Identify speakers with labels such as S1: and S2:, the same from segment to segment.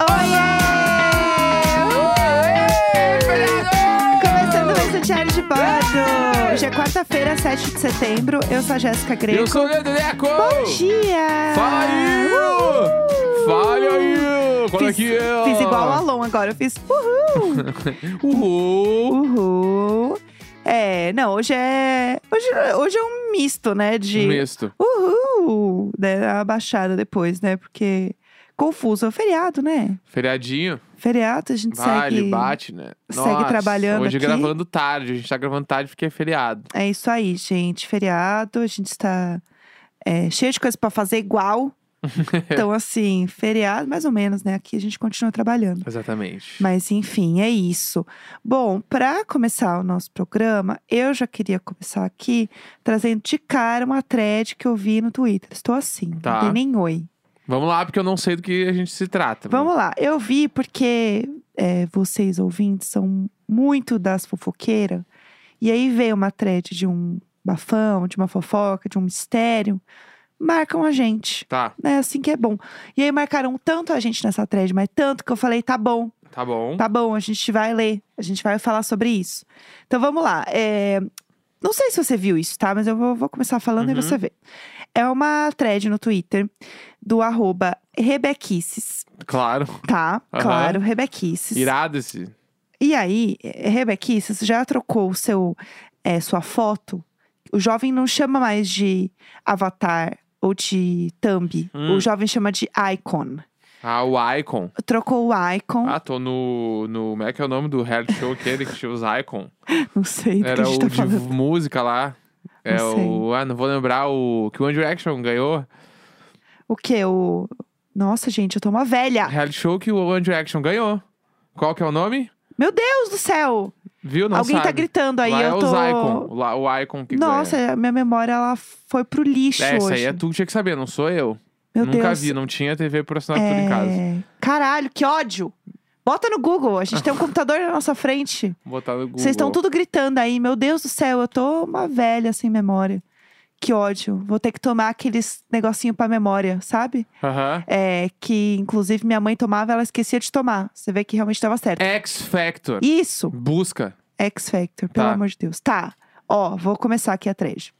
S1: um Hoje é quarta-feira, 7 de setembro. Eu sou a Jéssica Greco.
S2: Eu sou o Leandro Neco!
S1: Bom dia!
S2: Fala aí! Fala aí! Qual é
S1: Fiz,
S2: que é?
S1: fiz igual o Alon agora. Eu fiz uhul!
S2: Uhul!
S1: uhul! É, não, hoje é. Hoje, hoje é um misto, né? De
S2: Misto.
S1: uhul! Né, a baixada depois, né? Porque confuso. É um feriado, né?
S2: Feriadinho.
S1: Feriado, a gente
S2: Vale,
S1: segue.
S2: bate, né?
S1: segue
S2: Nossa,
S1: trabalhando
S2: Hoje
S1: aqui.
S2: gravando tarde. A gente tá gravando tarde porque é feriado.
S1: É isso aí, gente. Feriado, a gente está é, cheio de coisa para fazer igual. então, assim, feriado, mais ou menos, né? Aqui a gente continua trabalhando.
S2: Exatamente.
S1: Mas, enfim, é isso. Bom, para começar o nosso programa, eu já queria começar aqui trazendo de cara uma thread que eu vi no Twitter. Estou assim,
S2: Tá.
S1: não tem nem oi.
S2: Vamos lá, porque eu não sei do que a gente se trata. né? mas-
S1: Vamos lá, eu vi porque é, vocês ouvintes são muito das fofoqueiras. E aí veio uma thread de um bafão, de uma fofoca, de um mistério. Marcam a gente.
S2: Tá,
S1: É assim que é bom. E aí marcaram tanto a gente nessa thread, mas tanto que eu falei, tá bom,
S2: tá bom.
S1: tá bom, a gente vai ler, a gente vai falar sobre isso. Então vamos lá. é, Não sei se você viu isso, tá? Mas eu vou, vou começar falando e
S2: Uhum.
S1: você vê. É uma thread no Twitter do arroba Rebequices
S2: Claro.
S1: Tá,
S2: Aham.
S1: claro, Rebequices.
S2: Irado esse.
S1: E aí, eh, Rebequices já trocou o seu, eh, sua foto. O jovem não chama mais de avatar ou de thumb.
S2: Hum.
S1: O jovem chama de icon.
S2: Ah, o Icon.
S1: Trocou o icon,
S2: Ah, tô no, no. Como é que é o nome do reality show aquele que tinha os Icon?
S1: não sei do que
S2: Era
S1: a gente
S2: o
S1: tá
S2: de
S1: falando.
S2: música lá. É
S1: Não sei.
S2: o. Ah, não vou lembrar o. Que o One Direction ganhou.
S1: O quê? O... Nossa, gente, eu tô uma velha.
S2: Reality show que o One Direction ganhou. Qual que é o nome?
S1: Meu Deus do céu!
S2: Viu? Não
S1: Alguém tá
S2: sabe.
S1: gritando aí,
S2: Lá
S1: eu
S2: é
S1: tô...
S2: os Icon. Lá, o Icon que
S1: Nossa,
S2: ganha.
S1: a minha memória, ela foi pro lixo
S2: É, isso
S1: hoje.
S2: aí é tu que tinha que saber, não sou eu.
S1: Meu
S2: Nunca
S1: Deus.
S2: vi, não tinha TV por assinatura Tá em casa.
S1: É. Caralho, que ódio! Bota no Google, a gente tem um computador na nossa frente.
S2: Vou botar no Google.
S1: Vocês estão tudo gritando aí, meu Deus do céu, eu tô uma velha sem memória. Que ódio. Vou ter que tomar aqueles negocinho pra memória, sabe?
S2: Aham.
S1: É, que inclusive minha mãe tomava, ela esquecia de tomar. Você vê que realmente dava certo.
S2: X Factor.
S1: Isso,
S2: Busca.
S1: X Factor, pelo
S2: Tá.
S1: amor de Deus. Tá, ó, vou começar aqui a trade.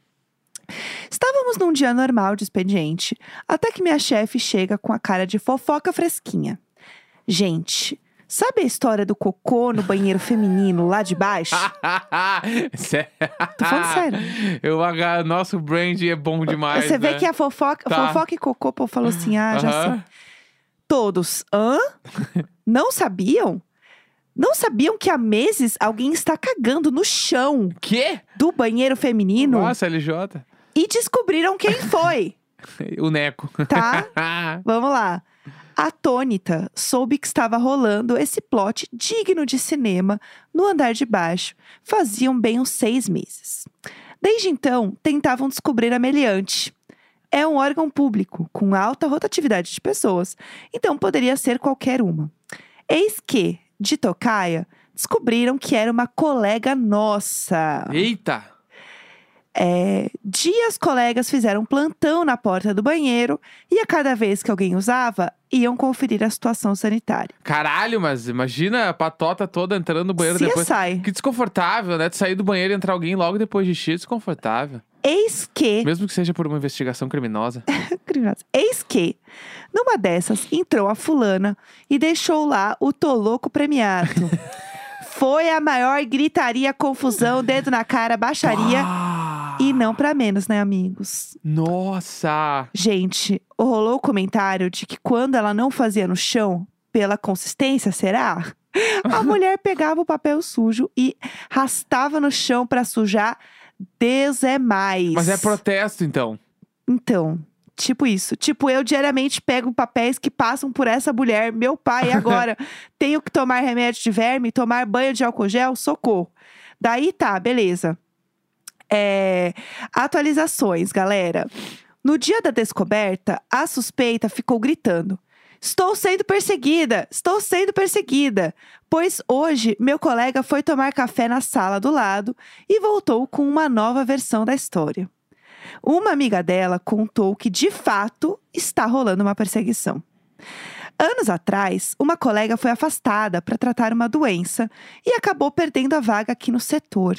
S1: Estávamos num dia normal de expediente, até que minha chefe chega com a cara de fofoca fresquinha. Gente, sabe a história do cocô no banheiro feminino lá de baixo?
S2: Sério.
S1: Tô falando sério.
S2: Eu, aga- nosso brand é bom demais.
S1: Você vê
S2: né?
S1: que a fofoca,
S2: Tá.
S1: fofoca e cocô, o povo falou assim: ah, já sei.
S2: Aham.
S1: Todos, hã? Não sabiam? Não sabiam que há meses alguém está cagando no chão
S2: Quê?
S1: do banheiro feminino
S2: Nossa, LJ.
S1: e descobriram quem foi,
S2: O Neco.
S1: tá? Vamos lá. Atônita, soube que estava rolando esse plot digno de cinema no andar de baixo. Faziam bem uns seis meses. Desde então, tentavam descobrir a meliante. É um órgão público, com alta rotatividade de pessoas, então poderia ser qualquer uma. Eis que, de tocaia, descobriram que era uma colega nossa.
S2: Eita!
S1: É, dias colegas fizeram plantão na porta do banheiro e a cada vez que alguém usava, iam conferir a situação sanitária.
S2: Caralho, mas imagina a patota toda entrando no banheiro
S1: CSI.
S2: depois. Que desconfortável, né? Tu sair do banheiro e entrar alguém logo depois de xixi, desconfortável.
S1: Eis que.
S2: Mesmo que seja por uma investigação criminosa.
S1: Criminosa. Eis que, numa dessas, entrou a fulana e deixou lá o Toloco premiado. Foi a maior gritaria, confusão, dedo na cara, baixaria.
S2: Ah,
S1: E não pra menos, né, amigos?
S2: Nossa!
S1: Gente, rolou o comentário de que quando ela não fazia no chão, pela consistência, será? A mulher pegava o papel sujo e rastava no chão pra sujar Deus é mais.
S2: Mas é protesto, então.
S1: Então, tipo isso. Tipo, eu diariamente pego papéis que passam por essa mulher. Meu pai, agora tenho que tomar remédio de verme, tomar banho de álcool gel, socorro. Daí tá, beleza. É, Atualizações, galera. No dia da descoberta, a suspeita ficou gritando. Estou sendo perseguida! Estou sendo perseguida! Pois hoje, meu colega foi tomar café na sala do lado e voltou com uma nova versão da história. Uma amiga dela contou que, de fato, está rolando uma perseguição. Anos atrás, uma colega foi afastada para tratar uma doença e acabou perdendo a vaga aqui no setor.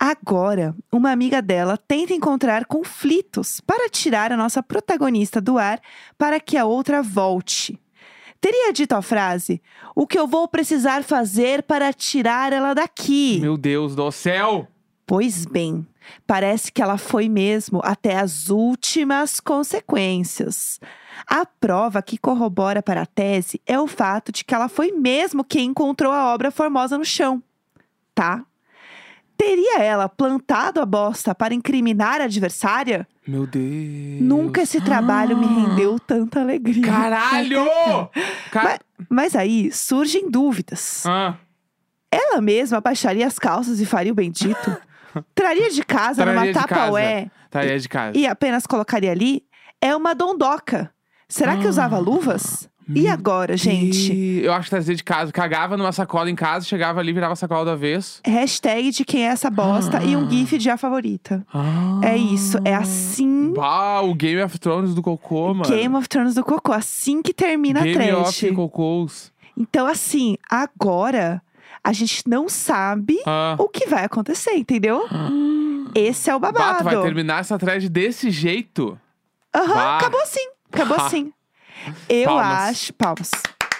S1: Agora, uma amiga dela tenta encontrar conflitos para tirar a nossa protagonista do ar para que a outra volte. Teria dito a frase: O que eu vou precisar fazer para tirar ela daqui?
S2: Meu Deus do céu!
S1: Pois bem, parece que ela foi mesmo até as últimas consequências. A prova que corrobora para a tese é o fato de que ela foi mesmo quem encontrou a obra formosa no chão. Tá? Teria ela plantado a bosta para incriminar a adversária?
S2: Meu Deus.
S1: Nunca esse trabalho
S2: Ah.
S1: me rendeu tanta alegria.
S2: Caralho! Car...
S1: Mas aí surgem dúvidas.
S2: Ah,
S1: Ela mesma baixaria as calças e faria o bendito? Traria de casa
S2: Traria de
S1: numa
S2: casa.
S1: tapaué
S2: tá aí é de casa.
S1: e apenas colocaria ali? É uma dondoca. Será
S2: Ah.
S1: que usava luvas? E agora, gente?
S2: Ih, Eu acho que trazia de casa. Cagava numa sacola em casa, chegava ali, virava a sacola do avesso.
S1: Hashtag de quem é essa bosta e um gif de a favorita.
S2: Ah.
S1: É isso, é assim
S2: Uau, o Game of Thrones do Cocô, mano.
S1: Game of Thrones do Cocô, assim que termina
S2: Game
S1: a trash.
S2: of Cocôs.
S1: Então, assim, agora a gente não sabe
S2: Ah.
S1: o que vai acontecer, entendeu? Esse é o babado.
S2: Bato, vai terminar essa thread desse jeito?
S1: Aham,
S2: Bah.
S1: acabou sim. Acabou
S2: Bah.
S1: sim. Eu
S2: Palmas.
S1: acho. Palmas.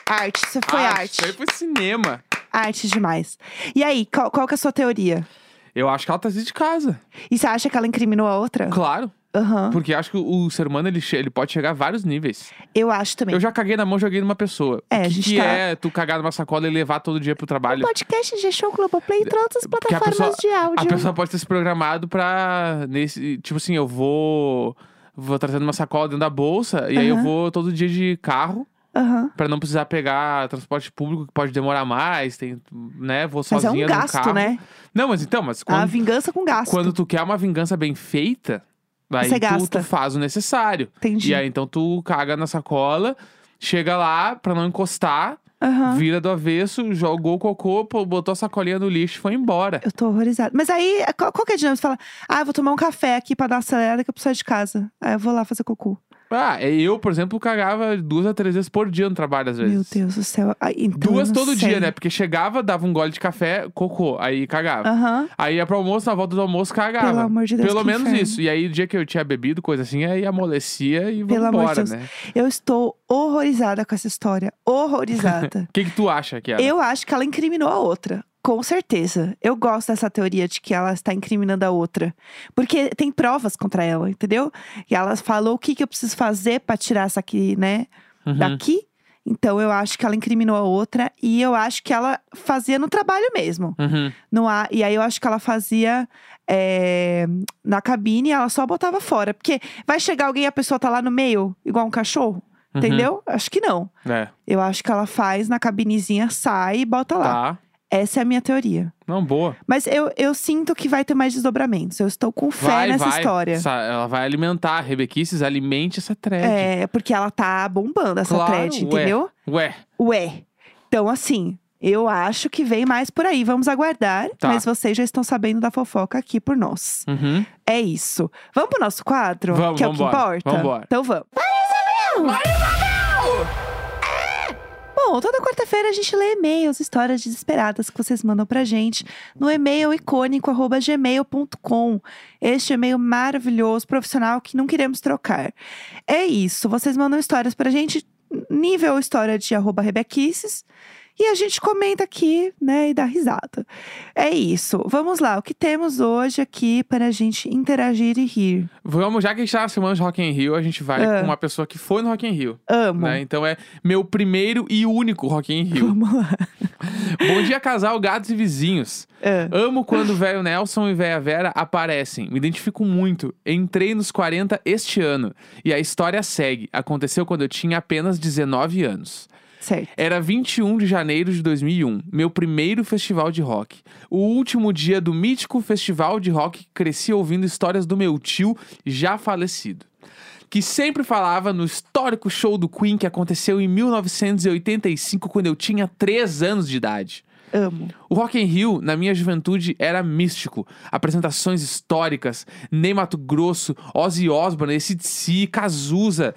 S1: Arte, isso foi
S2: Ah,
S1: arte.
S2: Foi pro cinema.
S1: Arte demais. E aí, qual, qual que é a sua teoria?
S2: Eu acho que ela trazia de casa.
S1: E você acha que ela incriminou a outra?
S2: Claro.
S1: Aham.
S2: Porque acho que o o ser humano, ele, che- ele pode chegar a vários níveis.
S1: Eu acho também.
S2: Eu já caguei na mão, joguei numa pessoa.
S1: É,
S2: o
S1: a
S2: que,
S1: gente
S2: que
S1: tá-
S2: é tu cagar numa sacola e levar todo dia pro trabalho?
S1: Podcast G-Show Globoplay e todas as
S2: Porque a
S1: plataformas
S2: pessoa,
S1: de áudio.
S2: a pessoa pode ter se programado pra. Nesse, tipo assim, eu vou. Vou trazendo uma sacola dentro da bolsa e aí eu
S1: Aham.
S2: vou todo dia de carro
S1: Aham.
S2: pra não precisar pegar transporte público que pode demorar mais, tem, né? Vou
S1: Mas é um
S2: sozinha no
S1: gasto,
S2: carro.
S1: né?
S2: Não, mas então, mas
S1: A
S2: quando,
S1: vingança com gasto.
S2: quando tu quer uma vingança bem feita, aí
S1: Você
S2: tu- tu,
S1: gasta.
S2: faz o necessário.
S1: Entendi.
S2: E aí então tu caga na sacola, chega lá pra não encostar,
S1: Aham.
S2: vira do avesso, jogou o cocô, pô, botou a sacolinha no lixo e foi embora.
S1: Eu tô horrorizada. Mas aí, qual, qual que é a dinâmica? Você fala, ah, eu vou tomar um café aqui pra dar uma acelerada que eu preciso sair de casa. Aí eu vou lá fazer cocô.
S2: Ah, eu, por exemplo, cagava duas a três vezes por dia no trabalho, às vezes.
S1: Meu Deus do céu. Ah, então
S2: Duas
S1: eu não
S2: todo
S1: sei.
S2: dia, né? Porque chegava, dava um gole de café, cocô, aí cagava.
S1: Aham.
S2: Aí ia pro almoço, na volta do almoço, cagava.
S1: Pelo amor de Deus,
S2: Pelo
S1: que
S2: menos
S1: inferno.
S2: isso. E aí, o dia que eu tinha bebido, coisa assim, aí amolecia e
S1: Pelo
S2: vamos
S1: amor de
S2: embora,
S1: Deus.
S2: né?
S1: Eu estou horrorizada com essa história. Horrorizada.
S2: O que, que tu acha, Kiara?
S1: eu acho que ela incriminou a outra. Com certeza. Eu gosto dessa teoria de que ela está incriminando a outra. Porque tem provas contra ela, entendeu? E ela falou o que, que eu preciso fazer pra tirar essa aqui, né?
S2: Uhum.
S1: daqui. Então eu acho que ela incriminou a outra e eu acho que ela fazia no trabalho mesmo.
S2: Uhum.
S1: Não há, e aí eu acho que ela fazia é, na cabine, ela só botava fora. Porque vai chegar alguém e a pessoa tá lá no meio, igual um cachorro,
S2: Uhum.
S1: entendeu? Acho que não.
S2: É,
S1: Eu acho que ela faz na cabinezinha, sai e bota lá.
S2: tá.
S1: Essa é a minha teoria.
S2: Não, boa.
S1: Mas eu, eu sinto que vai ter mais desdobramentos. Eu estou com fé
S2: vai,
S1: nessa
S2: vai.
S1: história.
S2: Essa- ela vai alimentar. Rebequices, alimente essa thread.
S1: É, porque ela tá bombando essa
S2: Claro,
S1: thread,
S2: ué.
S1: entendeu?
S2: Ué,
S1: Ué. Então, assim, eu acho que vem mais por aí. Vamos aguardar.
S2: Tá.
S1: Mas vocês já estão sabendo da fofoca aqui por nós.
S2: uhum.
S1: É isso. Vamos pro nosso quadro?
S2: Vamos,
S1: que é o que
S2: vambora,
S1: importa?
S2: vambora.
S1: Então vamos. É! Bom, toda quarta-feira a gente lê e-mails, histórias desesperadas que vocês mandam pra gente no e-mail icônico arroba gmail.com. Este é um e-mail maravilhoso, profissional, que não queremos trocar. É isso, vocês mandam histórias pra gente, nível história de arroba rebequices, e a gente comenta aqui, né, e dá risada. É isso, vamos lá, o que temos hoje aqui para a gente interagir e rir?
S2: Vamos, já que a gente tá na semana de Rock in Rio, a gente vai
S1: Ah. Tá
S2: com uma pessoa que foi no Rock in Rio.
S1: Amo.
S2: Né? Então é meu primeiro e único Rock in Rio.
S1: Vamos lá. Tá
S2: Bom dia, casal, gatos e vizinhos.
S1: Ah,
S2: Amo quando o velho Nelson e velha Vera aparecem. Me identifico muito. Entrei nos 40 este ano. E a história segue. Aconteceu quando eu tinha apenas 19 anos.
S1: certo.
S2: Era 21 de janeiro de 2001, meu primeiro festival de rock. O último dia do mítico festival de rock que cresci ouvindo histórias do meu tio, já falecido. Que sempre falava no histórico show do Queen que aconteceu em 1985, quando eu tinha 3 anos de idade.
S1: Amo.
S2: O Rock in Rio, na minha juventude, era místico. Apresentações históricas, Ney Mato Grosso, Ozzy Osbourne, ACDC, Cazuza.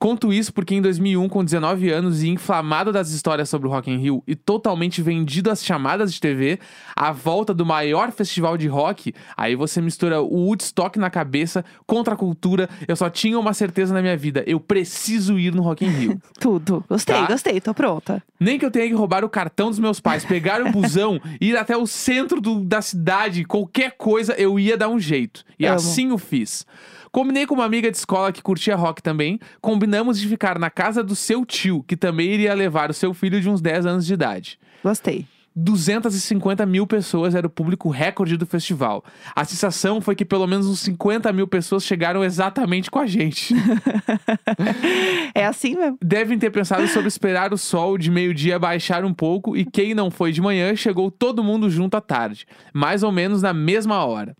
S2: Conto isso porque em 2001, com 19 anos e inflamado das histórias sobre o Rock in Rio e totalmente vendido às chamadas de TV, a volta do maior festival de rock, aí você mistura o Woodstock na cabeça contra a cultura. Eu só tinha uma certeza na minha vida, eu preciso ir no Rock in Rio.
S1: Tudo. Gostei,
S2: Tá.
S1: gostei, tô pronta.
S2: Nem que eu tenha que roubar o cartão dos meus pais, pegar o busão, ir até o centro do- da cidade, qualquer coisa, eu ia dar um jeito. E
S1: Amo.
S2: assim o fiz. Combinei com uma amiga de escola que curtia rock também. Combinamos de ficar na casa do seu tio, que também iria levar o seu filho de uns 10 anos de idade.
S1: Gostei.
S2: 250 mil pessoas era o público recorde do festival. A sensação foi que pelo menos uns 50 mil pessoas chegaram exatamente com a gente.
S1: É assim mesmo.
S2: Devem ter pensado sobre esperar o sol de meio-dia baixar um pouco e quem não foi de manhã chegou todo mundo junto à tarde, mais ou menos na mesma hora.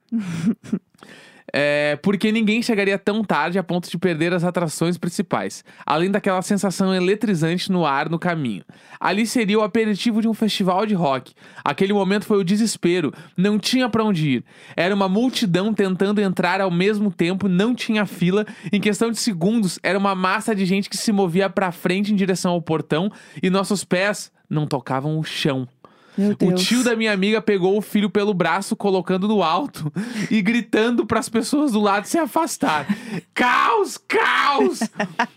S2: É, porque ninguém chegaria tão tarde a ponto de perder as atrações principais, além daquela sensação eletrizante no ar no caminho. Ali seria o aperitivo de um festival de rock. Aquele momento foi o desespero, não tinha pra onde ir. Era uma multidão tentando entrar ao mesmo tempo, não tinha fila. Em questão de segundos, era uma massa de gente que se movia pra frente em direção ao portão e nossos pés não tocavam o chão.
S1: Meu
S2: O
S1: Deus.
S2: tio da minha amiga pegou o filho pelo braço, colocando no alto e gritando para as pessoas do lado se afastar. Caos, caos!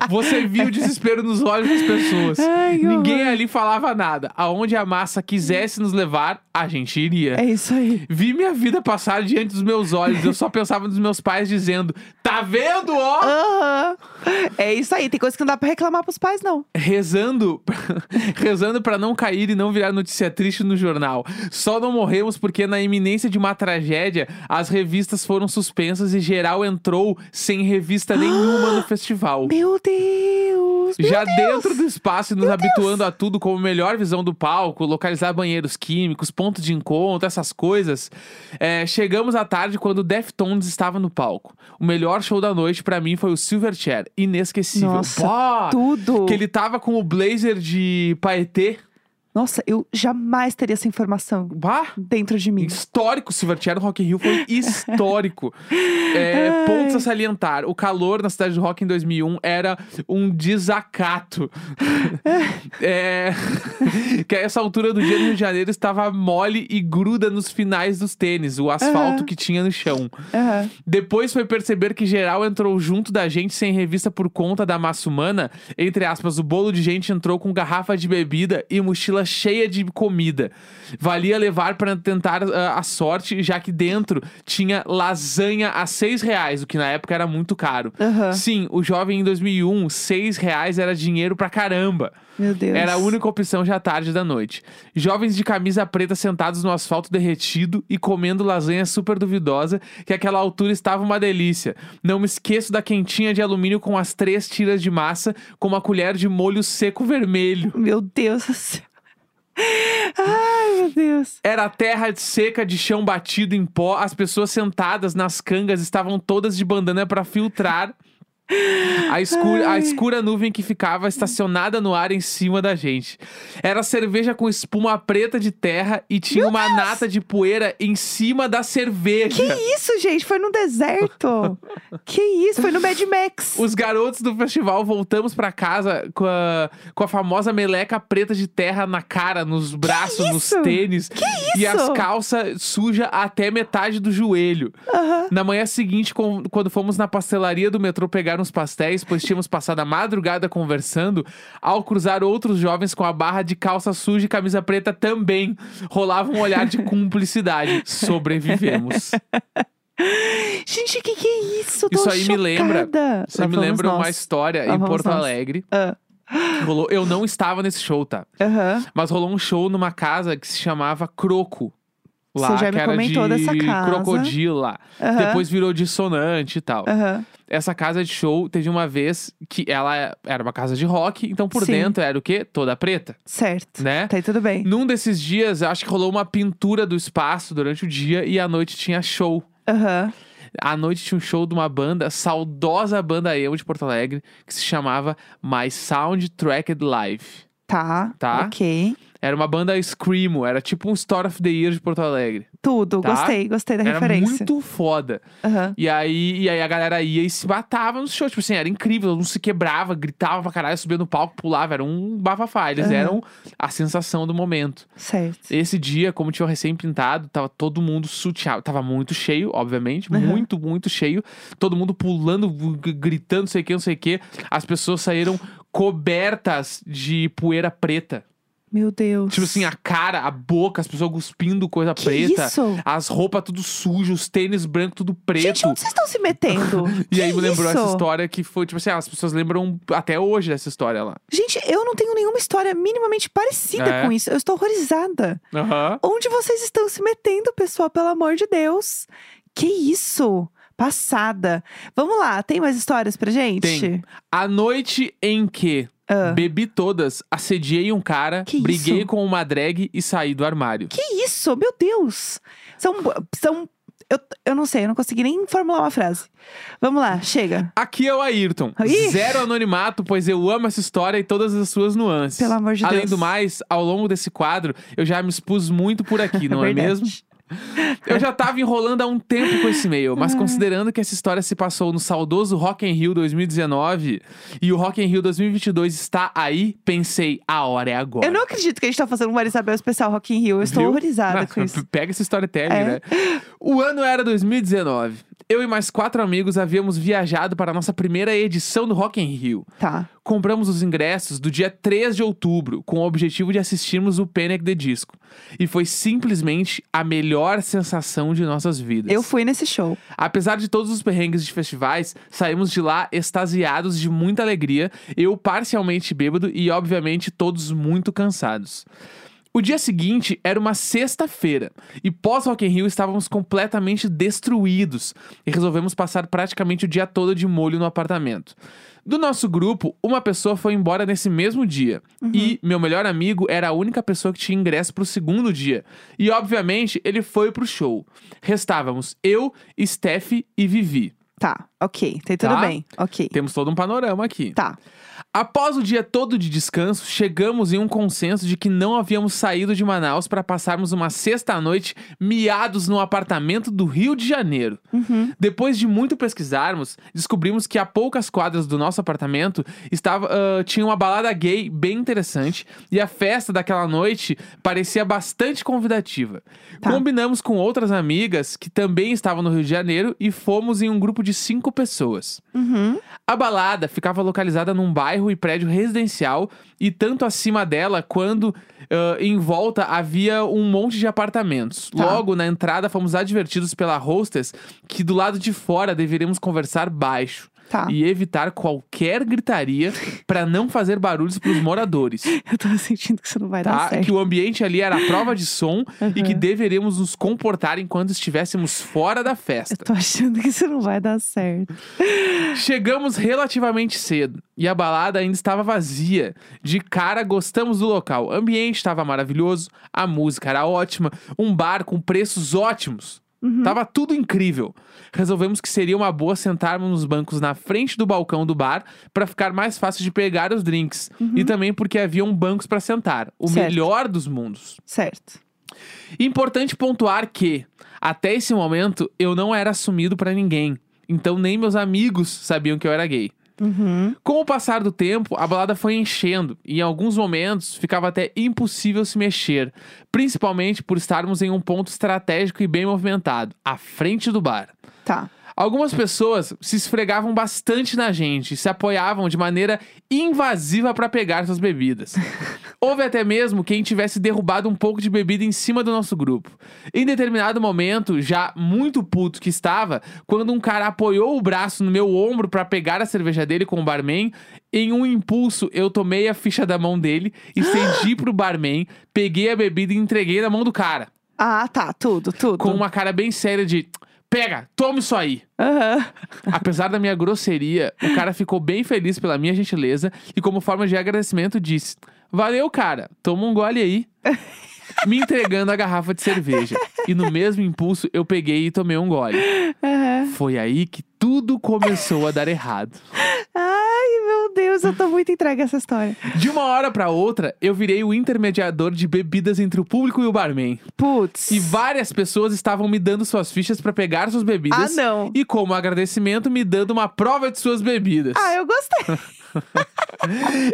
S2: Você viu o desespero nos olhos das pessoas.
S1: Ai, que
S2: Ninguém
S1: horror.
S2: ali falava nada. Aonde a massa quisesse nos levar, a gente iria.
S1: É isso aí.
S2: Vi minha vida passar diante dos meus olhos. Eu só pensava nos meus pais dizendo: Tá vendo, ó?
S1: Aham. É isso aí. Tem coisa que não dá pra reclamar pros pais, não.
S2: rezando, rezando para não cair e não virar notícia triste no jornal. Só não morremos porque na iminência de uma tragédia, as revistas foram suspensas e geral entrou sem revista nenhuma no festival.
S1: Meu Deus. meu
S2: Já
S1: Deus.
S2: dentro do espaço e nos habituando a tudo como melhor visão do palco, localizar banheiros químicos, ponto de encontro, essas coisas. é, chegamos à tarde quando o Deftones estava no palco. O melhor show da noite pra mim foi o Silverchair, inesquecível.
S1: Nossa,
S2: Pô,
S1: Tudo.
S2: que ele tava com o blazer de paetê.
S1: Nossa, eu jamais teria essa informação
S2: Bah!
S1: dentro de mim.
S2: Histórico, Silverchair no Rock in Rio foi histórico. É,
S1: Ai.
S2: pontos a salientar. O calor na cidade do rock em 2001 era um desacato. É, que a essa altura do dia no Rio de Janeiro estava mole e gruda nos finais dos tênis, o asfalto
S1: Aham.
S2: que tinha no chão.
S1: Aham.
S2: Depois foi perceber que geral entrou junto da gente sem revista por conta da massa humana. Entre aspas, o bolo de gente entrou com garrafa de bebida e mochila cheia de comida. Valia levar para tentar ah, a sorte, já que dentro tinha lasanha a seis reais, o que na época era muito caro.
S1: Aham.
S2: Sim, o jovem em 2001, seis reais era dinheiro pra caramba.
S1: Meu Deus.
S2: Era a única opção já tarde da noite. Jovens de camisa preta sentados no asfalto derretido e comendo lasanha super duvidosa, que àquela altura estava uma delícia. Não me esqueço da quentinha de alumínio com as três tiras de massa, com uma colher de molho seco vermelho.
S1: Meu Deus do céu. Ai, meu Deus.
S2: Era terra seca de chão batido em pó, as pessoas sentadas nas cangas estavam todas de bandana para filtrar. A escura, a
S1: Ai.
S2: escura nuvem que ficava estacionada no ar em cima da gente. Era cerveja com espuma preta de terra e tinha uma nata de poeira em cima da cerveja.
S1: Que isso, gente? Foi no deserto. que isso? Foi no Mad Max.
S2: Os garotos do festival voltamos pra casa com a, com a famosa meleca preta de terra na cara, nos braços, nos
S1: isso?
S2: tênis. E as
S1: isso?
S2: calças sujas até metade do joelho.
S1: Aham.
S2: Na manhã seguinte, com- quando fomos na pastelaria do metrô pegar uns pastéis, pois tínhamos passado a madrugada conversando, ao cruzar outros jovens com a barra de calça suja e camisa preta também, rolava um olhar de cumplicidade. Sobrevivemos.
S1: Gente, o que, que é isso? Tô
S2: Isso aí me lembra-
S1: chocada.
S2: Isso
S1: Lá
S2: me
S1: vamos
S2: lembra
S1: nós.
S2: uma história
S1: Lá
S2: em
S1: vamos
S2: Porto
S1: nós.
S2: Alegre.
S1: Ah.
S2: que Rolou, eu não estava nesse show, tá?
S1: Aham.
S2: Mas rolou um show numa casa que se chamava Croco. Lá,
S1: Você já me
S2: que era
S1: comentou
S2: de
S1: dessa casa.
S2: crocodilo lá.
S1: Aham.
S2: Depois virou dissonante e tal.
S1: Aham.
S2: essa casa de show teve uma vez que ela era uma casa de rock, então por
S1: Sim.
S2: dentro era o quê? Toda preta,
S1: Certo.
S2: né?
S1: Tá aí tudo bem.
S2: Num desses dias, eu acho que rolou uma pintura do espaço durante o dia e à noite tinha show.
S1: Aham.
S2: À noite tinha um show de uma banda, saudosa banda eu de Porto Alegre, que se chamava My Soundtracked Live.
S1: Tá.
S2: Tá.
S1: Ok.
S2: Era uma banda Screamo, era tipo um Story of the Year de Porto Alegre.
S1: Tudo,
S2: Tá.
S1: gostei, gostei da
S2: Era
S1: É referência.
S2: muito foda.
S1: Aham.
S2: E aí, e aí a galera ia e se matava no show. Tipo assim, era incrível. Todo mundo se quebrava, gritava pra caralho, subia no palco, pulava. Era um bafafá. Eles
S1: Aham.
S2: eram a sensação do momento.
S1: Certo.
S2: Esse dia, como tinha recém-pintado, tava todo mundo suteado. Tava muito cheio, obviamente.
S1: Aham.
S2: Muito, muito cheio. Todo mundo pulando, g- gritando, não sei o que, não sei o que. As pessoas saíram cobertas de poeira preta.
S1: Meu Deus.
S2: Tipo assim, a cara, a boca, as pessoas cuspindo coisa
S1: que
S2: preta.
S1: Isso?
S2: As roupas tudo sujo, os tênis branco tudo preto.
S1: Gente, onde vocês estão se metendo?
S2: E
S1: Que
S2: aí me lembrou
S1: isso?
S2: essa história que foi, tipo assim, ah, as pessoas lembram até hoje dessa história lá.
S1: Gente, eu não tenho nenhuma história minimamente parecida
S2: É.
S1: com isso. Eu estou horrorizada.
S2: Aham.
S1: Onde vocês estão se metendo, pessoal? Pelo amor de Deus. Que isso? Passada. Vamos lá, tem mais histórias pra gente?
S2: Tem. A noite em que bebi todas, assediei um cara,
S1: Ah. Que
S2: briguei
S1: isso?
S2: com uma drag e saí do armário.
S1: Que isso? Meu Deus. São. são eu, eu não sei, eu não consegui nem formular uma frase. Vamos lá, chega.
S2: Aqui é o Ayrton.
S1: Ih!
S2: Zero anonimato, pois eu amo essa história e todas as suas nuances.
S1: Pelo amor de
S2: Além
S1: Deus.
S2: do mais, ao longo desse quadro, eu já me expus muito por aqui, não é
S1: Verdade.
S2: mesmo? Eu já tava enrolando há um tempo com esse e-mail,
S1: Ah.
S2: mas considerando que essa história se passou no saudoso Rock in Rio 2019 e o Rock in Rio 2022 está aí, pensei, a hora é agora.
S1: Eu não acredito que a gente tá fazendo um Marisabel especial Rock in Rio. Eu estou
S2: Viu?
S1: horrorizada
S2: Ah,
S1: com isso.
S2: Pega esse storytelling,
S1: É.
S2: né? O ano era 2019. Eu e mais quatro amigos havíamos viajado para a nossa primeira edição do Rock in Rio.
S1: Tá.
S2: Compramos os ingressos do dia 3 de outubro, com o objetivo de assistirmos o Panic! The Disco. E foi simplesmente a melhor sensação de nossas vidas.
S1: Eu fui nesse show.
S2: Apesar de todos os perrengues de festivais, saímos de lá extasiados de muita alegria, eu parcialmente bêbado e, obviamente, todos muito cansados. O dia seguinte era uma sexta-feira e pós Rock in Rio estávamos completamente destruídos e resolvemos passar praticamente o dia todo de molho no apartamento. Do nosso grupo, uma pessoa foi embora nesse mesmo dia e meu melhor amigo era a única pessoa que tinha ingresso pro segundo dia e obviamente ele foi pro show. Restávamos eu, Steph e Vivi.
S1: Tá, ok. Tem tudo
S2: Tá.
S1: bem. Ok.
S2: Temos todo um panorama aqui.
S1: Tá.
S2: Após o dia todo de descanso, chegamos em um consenso de que não havíamos saído de Manaus para passarmos uma sexta-noite miados num apartamento do Rio de Janeiro.
S1: Uhum.
S2: Depois de muito pesquisarmos, descobrimos que a poucas quadras do nosso apartamento estava, ah, tinha uma balada gay bem interessante e a festa daquela noite parecia bastante convidativa.
S1: Tá.
S2: Combinamos com outras amigas que também estavam no Rio de Janeiro e fomos em um grupo de cinco pessoas.
S1: Uhum.
S2: A balada ficava localizada num bairro e prédio residencial, e tanto acima dela quando ah, em volta havia um monte de apartamentos.
S1: Tá.
S2: Logo, na entrada, fomos advertidos pela hostess que do lado de fora deveríamos conversar baixo.
S1: Tá.
S2: E evitar qualquer gritaria para não fazer barulhos para os moradores,
S1: Eu tô sentindo que isso não vai
S2: tá?
S1: dar certo.
S2: Que o ambiente ali era a prova de som e que
S1: Uhum.
S2: deveríamos nos comportar enquanto estivéssemos fora da festa.
S1: Eu tô achando que isso não vai dar certo.
S2: Chegamos relativamente cedo e a balada ainda estava vazia. De cara, gostamos do local. O ambiente estava maravilhoso, a música era ótima, um bar com preços ótimos. Tava tudo incrível. Resolvemos que seria uma boa sentarmos nos bancos na frente do balcão do bar para ficar mais fácil de pegar os drinks. E também porque haviam bancos para sentar. O
S1: Certo.
S2: melhor dos mundos.
S1: Certo.
S2: Importante pontuar que, até esse momento, eu não era assumido pra ninguém. Então, nem meus amigos sabiam que eu era gay.
S1: Uhum.
S2: Com o passar do tempo, a balada foi enchendo e em alguns momentos ficava até impossível se mexer, principalmente por estarmos em um ponto estratégico e bem movimentado, à frente do bar.
S1: Tá.
S2: Algumas pessoas se esfregavam bastante na gente, e se apoiavam de maneira invasiva para pegar suas bebidas. Houve até mesmo quem tivesse derrubado um pouco de bebida em cima do nosso grupo. Em determinado momento, já muito puto que estava, quando um cara apoiou o braço no meu ombro para pegar a cerveja dele com o barman, em um impulso eu tomei a ficha da mão dele, estendi pro barman, peguei a bebida e entreguei na mão do cara,
S1: Ah, tá. Tudo, tudo.
S2: com uma cara bem séria de: "Pega, toma isso aí".
S1: Aham.
S2: Apesar da minha grosseria, o cara ficou bem feliz pela minha gentileza e, como forma de agradecimento, disse: Valeu, cara, toma um gole aí. Me entregando a garrafa de cerveja. E no mesmo impulso, eu peguei e tomei um gole.
S1: Aham.
S2: Foi aí que tudo começou a dar errado.
S1: Ai, meu Deus, eu tô muito entregue a essa história.
S2: De uma hora pra outra, eu virei o intermediador de bebidas entre o público e o barman.
S1: Putz.
S2: E várias pessoas estavam me dando suas fichas pra pegar suas bebidas.
S1: Ah, não.
S2: E como agradecimento, me dando uma prova de suas bebidas.
S1: Ah, eu gostei.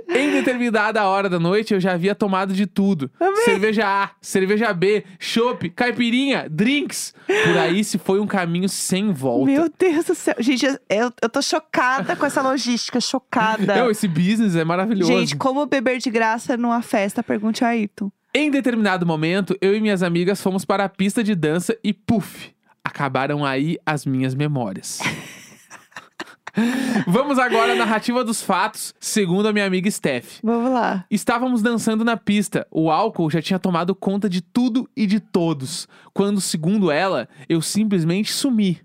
S2: Em determinada hora da noite, eu já havia tomado de tudo.
S1: Amei.
S2: Cerveja A, cerveja B, chopp, caipirinha, drinks. Por aí se foi um caminho sem volta.
S1: Meu Deus do céu. Gente, eu, eu, eu tô chocada com essa logística, chocada.
S2: Não, esse business é maravilhoso.
S1: Gente, como beber de graça numa festa? Pergunte a Ayrton.
S2: Em determinado momento, eu e minhas amigas fomos para a pista de dança e puf, acabaram aí as minhas memórias. Vamos agora à narrativa dos fatos, segundo a minha amiga Steph.
S1: Vamos lá.
S2: Estávamos dançando na pista. O álcool já tinha tomado conta de tudo e de todos. Quando, segundo ela, eu simplesmente sumi.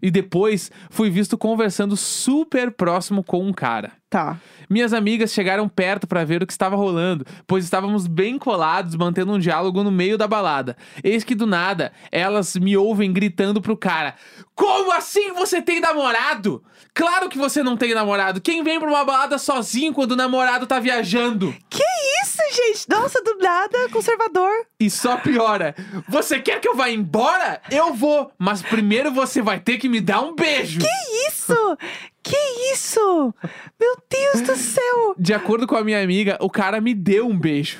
S2: E depois fui visto conversando super próximo com um cara.
S1: Tá.
S2: Minhas amigas chegaram perto para ver o que estava rolando, pois estávamos bem colados, mantendo um diálogo no meio da balada. Eis que do nada, elas me ouvem gritando pro cara: Como assim você tem namorado? Claro que você não tem namorado. Quem vem pra uma balada sozinho quando o namorado tá viajando?
S1: Que isso, gente? Nossa, do nada, conservador.
S2: E só piora. Você quer que eu vá embora? Eu vou, mas primeiro você vai ter que me dar um beijo.
S1: Que isso? Que isso? Meu Deus do céu.
S2: De acordo com a minha amiga, o cara me deu um beijo.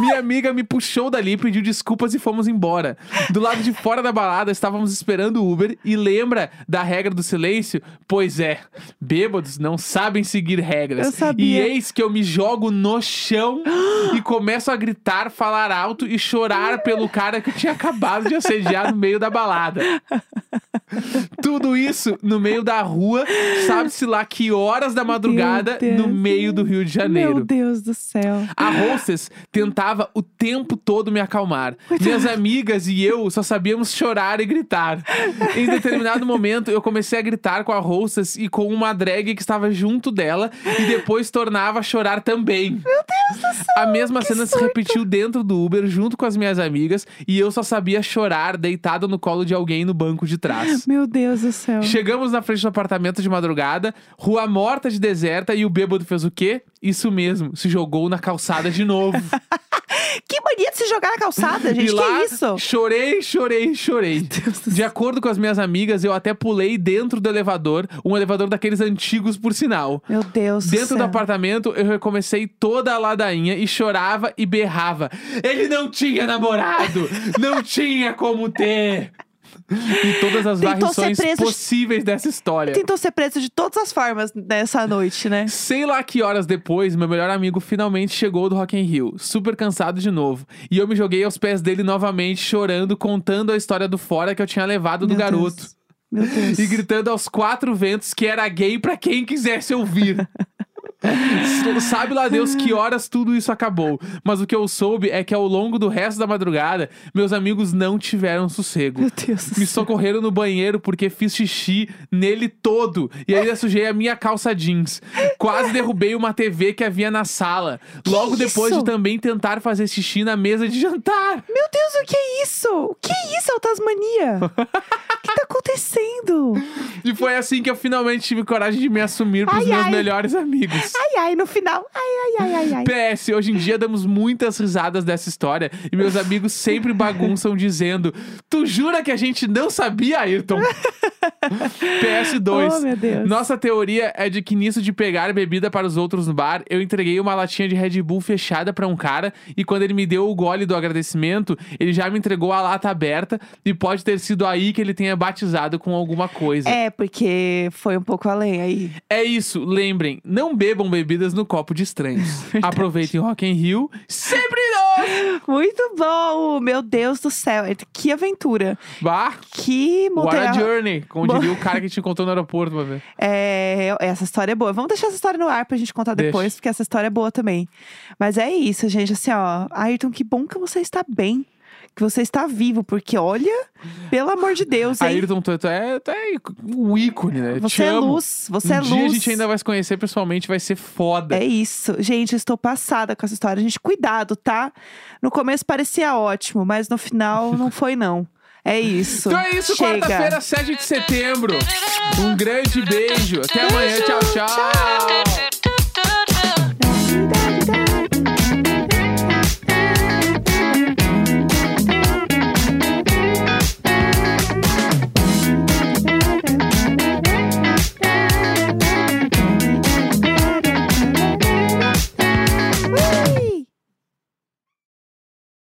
S2: minha amiga me puxou dali, pediu desculpas e fomos embora. Do lado de fora da balada, estávamos esperando o Uber e lembra da regra do silêncio? Pois é, bêbados não sabem seguir regras.
S1: Eu sabia.
S2: E eis que eu me jogo no chão e começo a gritar, falar alto e chorar pelo cara que tinha acabado de assediar no meio da balada. Tudo isso no meio da rua, sabe-se lá que horas da madrugada,
S1: Deus.
S2: no meio do Rio de
S1: Meu
S2: Janeiro.
S1: Deus do céu.
S2: A hostess tentava o tempo todo me acalmar. Minhas amigas e eu só sabíamos chorar e gritar. Em determinado momento, eu comecei a gritar com a hostess e com uma drag que estava junto dela e depois tornava a chorar também. A mesma cena se repetiu dentro do Uber, junto com as minhas amigas, e eu só sabia chorar deitado no colo de alguém no banco de trás.
S1: Meu Deus do céu.
S2: Chegamos na frente do apartamento de madrugada, rua morta de deserta, e o bêbado fez o quê? Isso mesmo, se jogou na calçada de novo.
S1: Que mania de se jogar na calçada, gente.
S2: e lá,
S1: Que isso?
S2: chorei, chorei, chorei. De acordo com as minhas amigas, eu até pulei dentro do elevador, um elevador daqueles antigos, por sinal.
S1: Meu Deus do
S2: Dentro
S1: céu.
S2: do apartamento, eu recomecei toda a ladainha e chorava e berrava. Ele não tinha namorado! não tinha como ter! E todas as
S1: Tentou ser
S2: variações
S1: preso.
S2: possíveis dessa história.
S1: Tentou ser preso de todas as formas nessa noite, né?
S2: Sei lá que horas depois, meu melhor amigo finalmente chegou do Rock in Rio, super cansado de novo. E eu me joguei aos pés dele novamente, chorando, contando a história do fora que eu tinha levado do
S1: Meu
S2: garoto.
S1: Deus. Meu Deus.
S2: E gritando aos quatro ventos que era gay pra quem quisesse ouvir. S- Sabe lá Deus que horas tudo isso acabou. Mas o que eu soube é que ao longo do resto da madrugada, meus amigos não tiveram sossego.
S1: Meu Deus. do
S2: Me
S1: céu.
S2: socorreram no banheiro porque fiz xixi nele todo. E ainda sujei a minha calça jeans. Quase derrubei uma TV que havia na sala. Logo depois
S1: isso?
S2: de também tentar fazer xixi na mesa de jantar.
S1: Meu Deus, o que é isso? O que é isso, Altasmania? O que tá acontecendo?
S2: E foi assim que eu finalmente tive coragem de me assumir pros
S1: Ai,
S2: meus
S1: ai.
S2: melhores amigos.
S1: Ai, ai, no final. Ai, ai, ai, ai, ai.
S2: PS, hoje em dia damos muitas risadas dessa história e meus amigos sempre bagunçam dizendo: Tu jura que a gente não sabia, Ayrton? PS2.
S1: Oh, meu Deus.
S2: Nossa teoria é de que nisso de pegar bebida para os outros no bar, eu entreguei uma latinha de Red Bull fechada para um cara e quando ele me deu o gole do agradecimento, ele já me entregou a lata aberta e pode ter sido aí que ele tenha batizado com alguma coisa.
S1: É, porque foi um pouco além aí.
S2: É isso, lembrem, não bebam bebidas no copo de estranhos. Aproveitem o Rock in Rio, sempre nós!
S1: Muito bom! Meu Deus do céu. É, Que aventura.
S2: Bah,
S1: Que
S2: what a
S1: montanha.
S2: journey, como
S1: Bom.
S2: diria o cara que te encontrou no aeroporto uma vez.
S1: É, essa história é boa. Vamos deixar essa história no ar pra gente contar
S2: Deixa.
S1: depois, porque essa história é boa também. Mas é isso, gente. Assim, ó. Ayrton, que bom que você está bem. Que você está vivo, porque olha, pelo amor de Deus, hein?
S2: Ayrton, tu, tu é, tu é um ícone, né? Te
S1: você é
S2: amo.
S1: luz, você
S2: um
S1: é
S2: dia a
S1: luz.
S2: gente ainda vai se conhecer pessoalmente, vai ser foda.
S1: É isso. Gente, eu estou passada com essa história. Gente, cuidado, tá? No começo parecia ótimo, mas no final não foi, não. É isso.
S2: Então é isso,
S1: Chega.
S2: quarta-feira, 7 de setembro. Um grande beijo, até amanhã, tchau, tchau.